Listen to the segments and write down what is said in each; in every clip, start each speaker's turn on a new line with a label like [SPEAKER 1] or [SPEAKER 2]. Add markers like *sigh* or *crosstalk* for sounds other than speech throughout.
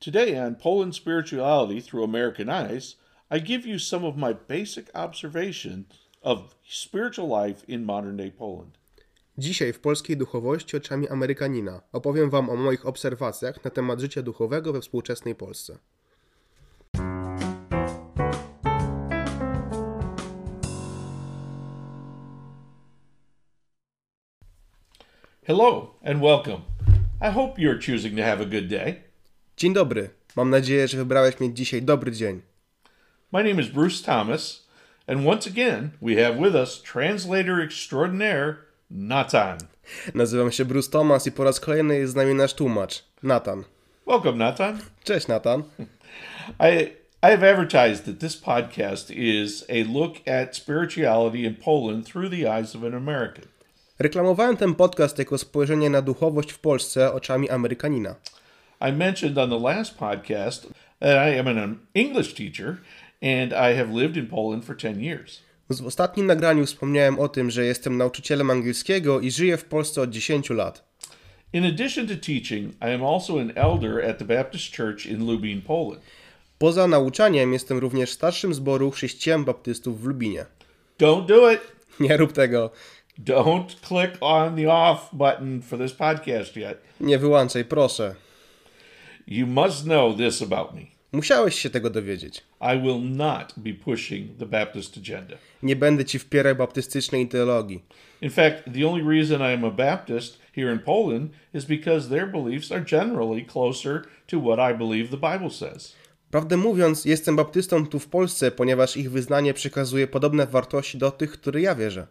[SPEAKER 1] Today on Poland Spirituality Through American Eyes, I give you some of my basic observation of spiritual life in modern day Poland.
[SPEAKER 2] Dzisiaj w polskiej duchowości oczami Amerykanina opowiem Wam o moich obserwacjach na temat życia duchowego we współczesnej Polsce.
[SPEAKER 1] Hello and welcome. I hope you're choosing to have a good day.
[SPEAKER 2] Dzień dobry. Mam nadzieję, że wybrałeś mieć dzisiaj dobry dzień.
[SPEAKER 1] My name is Bruce Thomas, and once again, we have with us translator extraordinaire Natan.
[SPEAKER 2] Nazywam się Bruce Thomas i po raz kolejny jest z nami nasz tłumacz, Nathan.
[SPEAKER 1] Welcome, Natan.
[SPEAKER 2] Cześć, Nathan.
[SPEAKER 1] I I have advertised that this podcast is a look at spirituality in Poland through the eyes of an American.
[SPEAKER 2] Reklamowałem ten podcast jako spojrzenie na duchowość w Polsce oczami Amerykanina.
[SPEAKER 1] I mentioned on the last podcast that I am an English teacher and I have lived in Poland for 10 years.
[SPEAKER 2] W ostatnim nagraniu wspomniałem o tym, że jestem nauczycielem angielskiego i żyję w Polsce od 10 lat.
[SPEAKER 1] In addition to teaching, I am also an elder at the Baptist Church in Lubin, Poland.
[SPEAKER 2] Poza nauczaniem jestem również starszym zboru chrześcijan baptystów w Lubinie. *laughs*
[SPEAKER 1] Don't do it.
[SPEAKER 2] Nie rób tego.
[SPEAKER 1] Don't click on the off button for this podcast yet.
[SPEAKER 2] Nie wyłączaj, proszę.
[SPEAKER 1] You must know this about me.
[SPEAKER 2] Musiałeś się tego dowiedzieć.
[SPEAKER 1] I will not be pushing the Baptist agenda.
[SPEAKER 2] Nie będę ci wpierał baptystycznej teologii.
[SPEAKER 1] In fact, the only reason I am a Baptist here in Poland is because their beliefs are generally closer to what I believe the Bible says.
[SPEAKER 2] Prawdę mówiąc, jestem baptystą tu w Polsce, ponieważ ich wyznanie przekazuje podobne wartości do tych, które ja wierzę.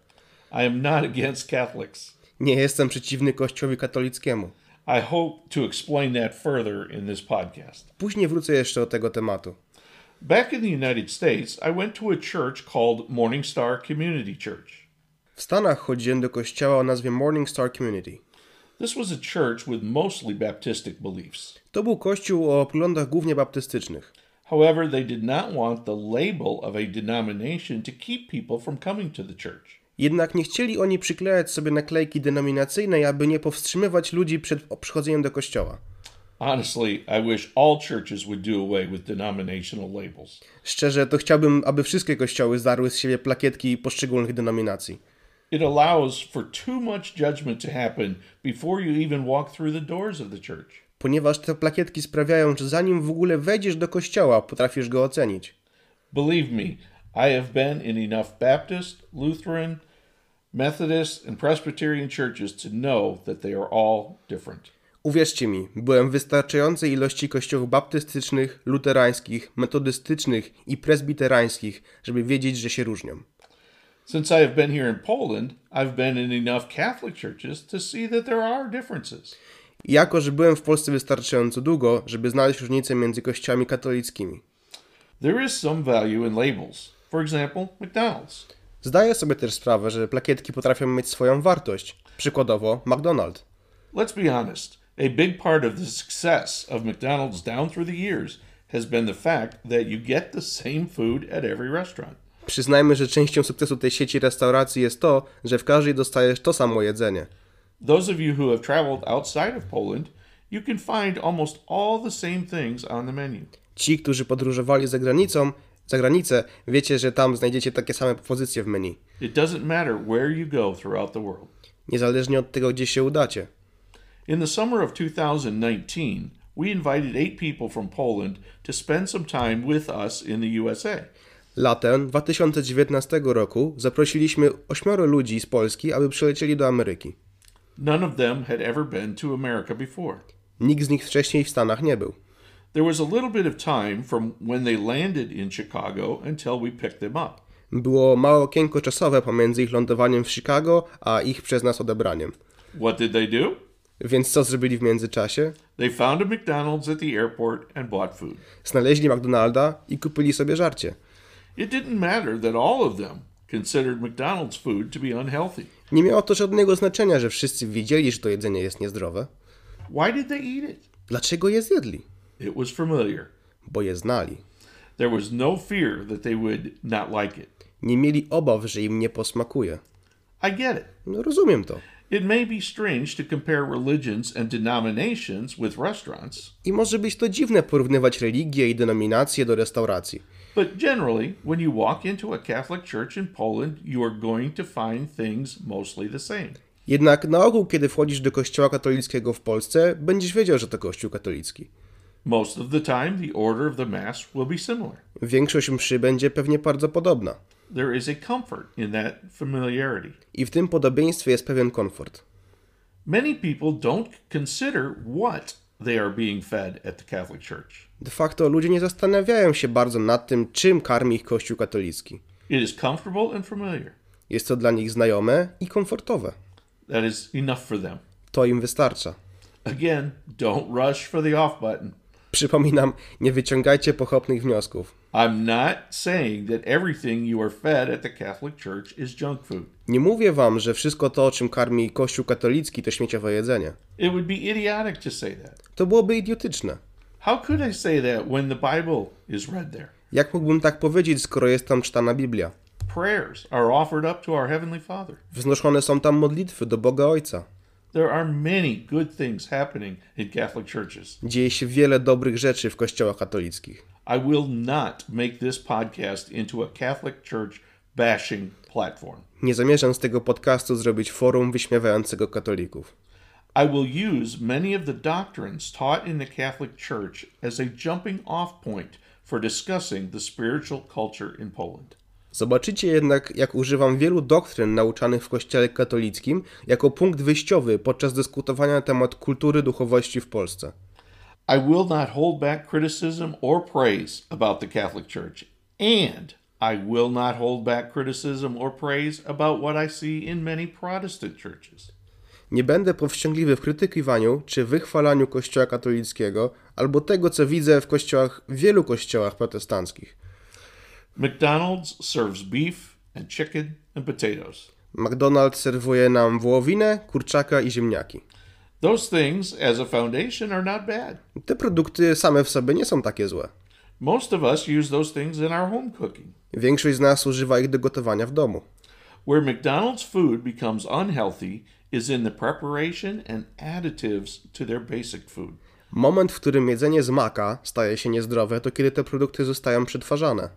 [SPEAKER 1] I am not against Catholics.
[SPEAKER 2] Nie jestem przeciwny Kościołowi katolickiemu.
[SPEAKER 1] I hope to explain that further in this podcast.
[SPEAKER 2] Później wrócę jeszcze do tego tematu.
[SPEAKER 1] Back in the United States, I went to a church called Morning Star Community Church.
[SPEAKER 2] W Stanach chodziłem do kościoła o nazwie Morning Star Community.
[SPEAKER 1] This was a church with mostly Baptistic beliefs.
[SPEAKER 2] To był kościół o poglądach głównie baptystycznych.
[SPEAKER 1] However, they did not want the label of a denomination to keep people from coming to the church.
[SPEAKER 2] Jednak nie chcieli oni przyklejać sobie naklejki denominacyjnej, aby nie powstrzymywać ludzi przed przychodzeniem do kościoła.
[SPEAKER 1] Honestly, I wish all churches would do away with denominational labels.
[SPEAKER 2] Szczerze, to chciałbym, aby wszystkie kościoły zdarły z siebie plakietki poszczególnych denominacji.
[SPEAKER 1] It allows for too much judgment to happen before you even walk through the doors of the church.
[SPEAKER 2] Ponieważ te plakietki sprawiają, że zanim w ogóle wejdziesz do kościoła, potrafisz go ocenić.
[SPEAKER 1] Believe me, I have been in enough Baptist, Lutheran, Methodist, and Presbyterian churches to know that they are all different.
[SPEAKER 2] Uwierzcie mi, byłem w wystarczającej ilości kościołów baptystycznych, luterańskich, metodystycznych i prezbiterańskich, żeby wiedzieć, że się różnią.
[SPEAKER 1] Since I have been here in Poland, I've been in enough Catholic churches to see that there are differences.
[SPEAKER 2] I jako, że byłem w Polsce wystarczająco długo, żeby znaleźć różnicę między kościołami katolickimi.
[SPEAKER 1] There is some value in labels. For example, McDonald's.
[SPEAKER 2] Zdaję sobie też sprawę, że plakietki potrafią mieć swoją wartość. Przykładowo McDonald's.
[SPEAKER 1] Let's be honest. A big part of the success of McDonald's down through the years has been the fact that you get the same food at every restaurant.
[SPEAKER 2] Przyznajmy, że częścią sukcesu tej sieci restauracji jest to, że w każdej dostajesz to samo jedzenie.
[SPEAKER 1] Those of you who have traveled outside of Poland, you can find almost all the same things on the menu.
[SPEAKER 2] Ci, którzy podróżowali za granicą, za granicę, wiecie, że tam znajdziecie takie same propozycje w menu.
[SPEAKER 1] It doesn't matter where you go throughout the world.
[SPEAKER 2] Niezależnie od tego, gdzie się udacie.
[SPEAKER 1] In the summer of 2019, we invited eight people from Poland to spend some time with us in the USA.
[SPEAKER 2] Latem 2019 roku zaprosiliśmy ośmioro ludzi z Polski, aby przylecieli do Ameryki.
[SPEAKER 1] None of them had ever been to America before.
[SPEAKER 2] Nikt z nich wcześniej w Stanach nie był.
[SPEAKER 1] There was a little bit of time from when they landed in Chicago until we picked them up.
[SPEAKER 2] Było małe okienko czasowe pomiędzy ich lądowaniem w Chicago, a ich przez nas odebraniem.
[SPEAKER 1] What did they do?
[SPEAKER 2] Więc co zrobili w międzyczasie?
[SPEAKER 1] They found a McDonald's at the airport and bought food.
[SPEAKER 2] Znaleźli McDonalda i kupili sobie żarcie.
[SPEAKER 1] It didn't matter that all of them considered McDonald's food to be unhealthy.
[SPEAKER 2] Nie miało to żadnego znaczenia, że wszyscy wiedzieli, że to jedzenie jest niezdrowe.
[SPEAKER 1] Why did they eat it?
[SPEAKER 2] Dlaczego je zjedli?
[SPEAKER 1] It was familiar.
[SPEAKER 2] Bo je znali.
[SPEAKER 1] There was no fear that they would not like it.
[SPEAKER 2] Nie mieli obaw, że im nie posmakuje.
[SPEAKER 1] I get it.
[SPEAKER 2] No, rozumiem to.
[SPEAKER 1] It may be strange to compare religions and denominations with restaurants,
[SPEAKER 2] I może być to dziwne porównywać religię i denominacje do restauracji.
[SPEAKER 1] but generally, when you walk into a Catholic church in Poland, you are going to find things mostly the same.
[SPEAKER 2] Jednak na ogół, kiedy wchodzisz do kościoła katolickiego w Polsce, będziesz wiedział, że to kościół katolicki.
[SPEAKER 1] Most of the time, the order of the Mass will be similar.
[SPEAKER 2] Większość mszy będzie pewnie bardzo podobna.
[SPEAKER 1] There is a comfort in that familiarity.
[SPEAKER 2] I w tym podobieństwie jest pewien komfort.
[SPEAKER 1] Many people don't consider what they are being fed at the Catholic Church.
[SPEAKER 2] De facto ludzie nie zastanawiają się bardzo nad tym, czym karmi ich kościół katolicki.
[SPEAKER 1] It is comfortable and familiar.
[SPEAKER 2] Jest to dla nich znajome i komfortowe.
[SPEAKER 1] That is enough for them.
[SPEAKER 2] To im wystarcza.
[SPEAKER 1] Again, don't rush for the off button.
[SPEAKER 2] Przypominam, nie wyciągajcie pochopnych wniosków.
[SPEAKER 1] I'm not saying that everything you are fed at the Catholic Church is junk food.
[SPEAKER 2] Nie mówię wam, że wszystko to, czym karmi kościół katolicki, to śmieciowe jedzenie.
[SPEAKER 1] It would be idiotic to say that.
[SPEAKER 2] To byłoby idiotyczne.
[SPEAKER 1] How could I say that when the Bible is read there?
[SPEAKER 2] Jak mógłbym tak powiedzieć, skoro jest tam czytana Biblia?
[SPEAKER 1] Prayers are offered up to our Heavenly Father.
[SPEAKER 2] Wznoszone są tam modlitwy do Boga Ojca.
[SPEAKER 1] There are many good things happening in Catholic churches.
[SPEAKER 2] Dzieje się wiele dobrych rzeczy w kościołach katolickich.
[SPEAKER 1] I will not make this podcast into a Catholic church bashing platform.
[SPEAKER 2] Nie zamierzam z tego podcastu zrobić forum wyśmiewającego katolików.
[SPEAKER 1] I will use many of the doctrines taught in the Catholic Church as a jumping off point for discussing the spiritual culture in Poland.
[SPEAKER 2] Zobaczycie jednak, jak używam wielu doktryn nauczanych w kościele katolickim jako punkt wyjściowy podczas dyskutowania na temat kultury duchowości w Polsce.
[SPEAKER 1] I will not hold back criticism or praise about the Catholic Church, and I will not hold back criticism or praise about what I see in many Protestant churches.
[SPEAKER 2] Nie będę powściągliwy w krytykiwaniu czy wychwalaniu Kościoła katolickiego albo tego, co widzę w kościołach, w wielu kościołach protestanckich.
[SPEAKER 1] McDonald's serves beef and chicken and potatoes.
[SPEAKER 2] McDonald's serwuje nam wołowinę, kurczaka i ziemniaki.
[SPEAKER 1] Those things, as a foundation, are not bad.
[SPEAKER 2] Te produkty same w sobie nie są takie złe.
[SPEAKER 1] Most of us use those things in our home cooking.
[SPEAKER 2] Większość z nas używa ich do gotowania w domu.
[SPEAKER 1] Where McDonald's food becomes unhealthy is in the preparation and additives to their basic food.
[SPEAKER 2] Moment, w którym jedzenie z maka staje się niezdrowe, to kiedy te produkty zostają przetwarzane.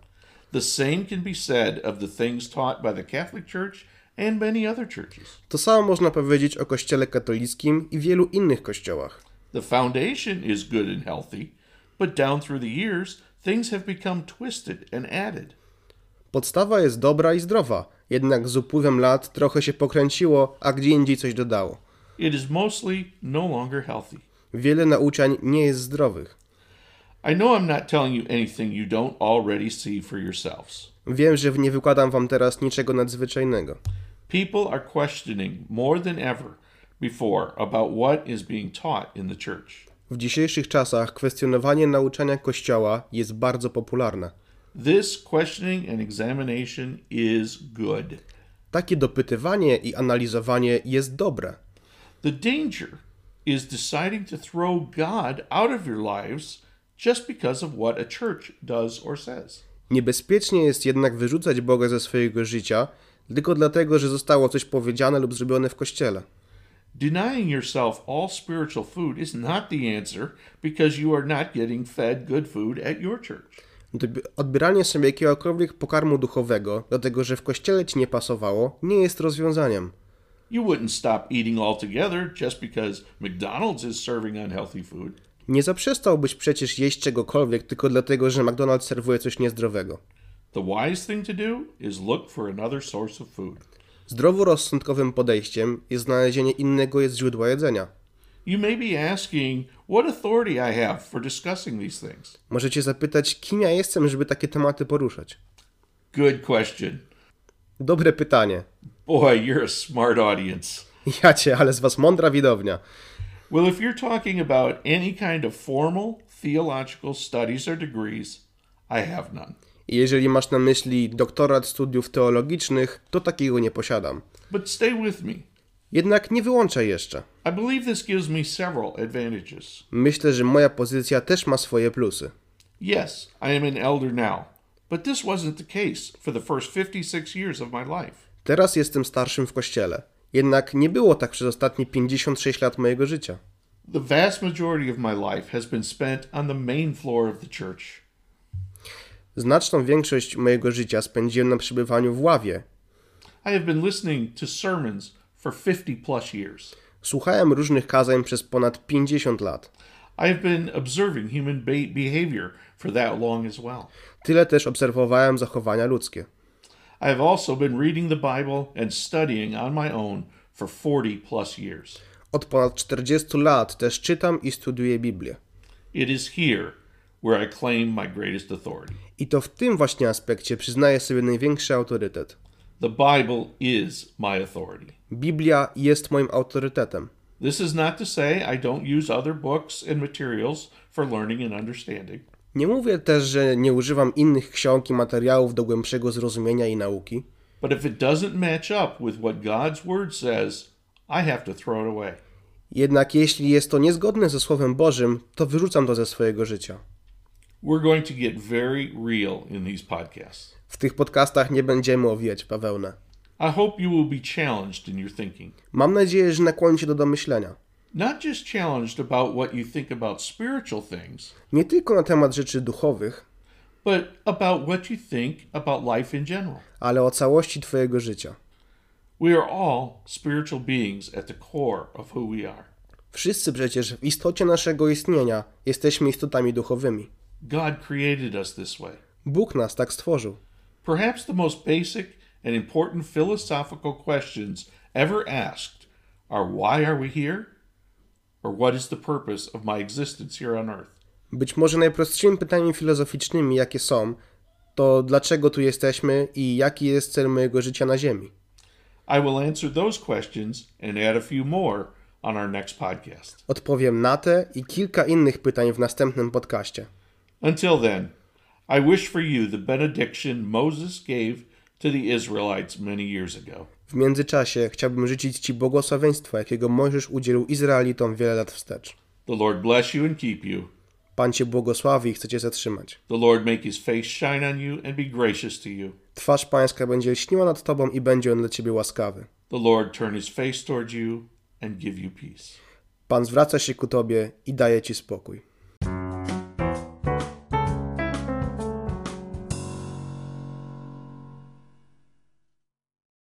[SPEAKER 1] The same can be said of the things taught by the Catholic Church and many other churches.
[SPEAKER 2] To samo można powiedzieć o Kościele katolickim i wielu innych kościołach.
[SPEAKER 1] The foundation is good and healthy, but down through the years, things have become twisted and added.
[SPEAKER 2] Podstawa jest dobra i zdrowa, jednak z upływem lat trochę się pokręciło, a gdzie indziej coś dodało.
[SPEAKER 1] It is mostly no longer healthy.
[SPEAKER 2] Wiele nauczań nie jest zdrowych.
[SPEAKER 1] I know I'm not telling you anything you don't already see for yourselves.
[SPEAKER 2] Wiem, że nie wykładam wam teraz niczego nadzwyczajnego.
[SPEAKER 1] People are questioning more than ever before about what is being taught in the church.
[SPEAKER 2] W dzisiejszych czasach kwestionowanie nauczania Kościoła jest bardzo popularne.
[SPEAKER 1] This questioning and examination is good.
[SPEAKER 2] Takie dopytywanie i analizowanie jest dobre.
[SPEAKER 1] The danger is deciding to throw God out of your lives just because of what a church does or says.
[SPEAKER 2] Niebezpiecznie jest jednak wyrzucać Boga ze swojego życia tylko dlatego, że zostało coś powiedziane lub zrobione w Kościele.
[SPEAKER 1] Denying yourself all spiritual food is not the answer because you are not getting fed good food at your church.
[SPEAKER 2] Odbi- Odbieranie sobie jakiegokolwiek pokarmu duchowego, dlatego że w kościele ci nie pasowało, nie jest rozwiązaniem.
[SPEAKER 1] You wouldn't stop eating altogether just because McDonald's is serving unhealthy food.
[SPEAKER 2] Nie zaprzestałbyś przecież jeść czegokolwiek tylko dlatego, że McDonald's serwuje coś niezdrowego.
[SPEAKER 1] The wise thing to do is look for another source of food.
[SPEAKER 2] Zdroworozsądkowym podejściem jest znalezienie innego jest źródła jedzenia.
[SPEAKER 1] You may be asking what authority I have for discussing these things.
[SPEAKER 2] Możecie zapytać, kim ja jestem, żeby takie tematy poruszać.
[SPEAKER 1] Good question.
[SPEAKER 2] Dobre pytanie.
[SPEAKER 1] Boy, you're a smart audience.
[SPEAKER 2] Ja cię, ale z was mądra widownia.
[SPEAKER 1] Well, if you're talking about any kind of formal theological studies or degrees, I have none.
[SPEAKER 2] I jeżeli masz na myśli doktorat studiów teologicznych, to takiego nie posiadam.
[SPEAKER 1] But stay with me.
[SPEAKER 2] Jednak nie wyłączaj jeszcze.
[SPEAKER 1] I believe this gives me several advantages.
[SPEAKER 2] Myślę, że moja pozycja też ma swoje plusy.
[SPEAKER 1] Yes, I am an elder now, but this wasn't the case for the first 56 years of my life.
[SPEAKER 2] Teraz jestem starszym w kościele. Jednak nie było tak przez ostatnie 56 lat mojego życia.
[SPEAKER 1] The vast majority of my life has been spent on the main floor of the church.
[SPEAKER 2] Znaczną większość mojego życia spędziłem na przebywaniu w ławie.
[SPEAKER 1] I have been listening to sermons for 50 plus years.
[SPEAKER 2] Słuchałem różnych kazań przez ponad 50 lat.
[SPEAKER 1] I have been observing human be- behavior for that long as well.
[SPEAKER 2] Tyle też obserwowałem zachowania ludzkie.
[SPEAKER 1] I have also been reading the Bible and studying on my own for 40 plus years.
[SPEAKER 2] Od ponad 40 lat też czytam i studiuję Biblię.
[SPEAKER 1] It is here where I claim my greatest authority.
[SPEAKER 2] I to w tym właśnie aspekcie przyznaję sobie największy autorytet.
[SPEAKER 1] The Bible is my authority.
[SPEAKER 2] Biblia jest moim autorytetem.
[SPEAKER 1] This is not to say I don't use other books and materials for learning and understanding.
[SPEAKER 2] Nie mówię też, że nie używam innych ksiąg i materiałów do głębszego zrozumienia i nauki,
[SPEAKER 1] But if it doesn't match up with what God's Word says, I have to throw it away.
[SPEAKER 2] jednak jeśli jest to niezgodne ze Słowem Bożym, to wyrzucam to ze swojego życia.
[SPEAKER 1] We're going to get very real in these podcasts.
[SPEAKER 2] W tych podcastach nie będziemy owijać bawełnę.
[SPEAKER 1] I hope you will be challenged in your thinking.
[SPEAKER 2] Mam nadzieję, że nakłoni się do domyślenia.
[SPEAKER 1] Not just challenged about what you think about spiritual things,
[SPEAKER 2] Nie tylko na temat rzeczy duchowych,
[SPEAKER 1] but about what you think about life in general.
[SPEAKER 2] ale o całości Twojego życia.
[SPEAKER 1] We are all spiritual beings at the core of who we are.
[SPEAKER 2] Wszyscy przecież w istocie naszego istnienia jesteśmy istotami duchowymi.
[SPEAKER 1] God created us this way.
[SPEAKER 2] Bóg nas tak stworzył.
[SPEAKER 1] Perhaps the most basic and important philosophical questions ever asked are why are we here? Or what is the purpose of my existence here on earth?
[SPEAKER 2] Być może najprostszymi pytaniami filozoficznymi, jakie są, to dlaczego tu jesteśmy i jaki jest cel mojego życia na Ziemi.
[SPEAKER 1] I will answer those questions and add a few more on our next podcast.
[SPEAKER 2] Odpowiem na te i kilka innych pytań w następnym podcaście.
[SPEAKER 1] Until then, I wish for you the benediction Moses gave to the Israelites many years ago.
[SPEAKER 2] W międzyczasie chciałbym życzyć Ci błogosławieństwa, jakiego Mojżesz udzielił Izraelitom wiele lat wstecz.
[SPEAKER 1] The Lord bless you and keep you.
[SPEAKER 2] Pan Cię błogosławi i chce Cię zatrzymać.
[SPEAKER 1] The Lord make his face shine on you and be gracious to you.
[SPEAKER 2] Twarz Pańska będzie lśniła nad Tobą i będzie on dla Ciebie łaskawy.
[SPEAKER 1] The Lord turn his face toward you and give you peace.
[SPEAKER 2] Pan zwraca się ku Tobie i daje Ci spokój.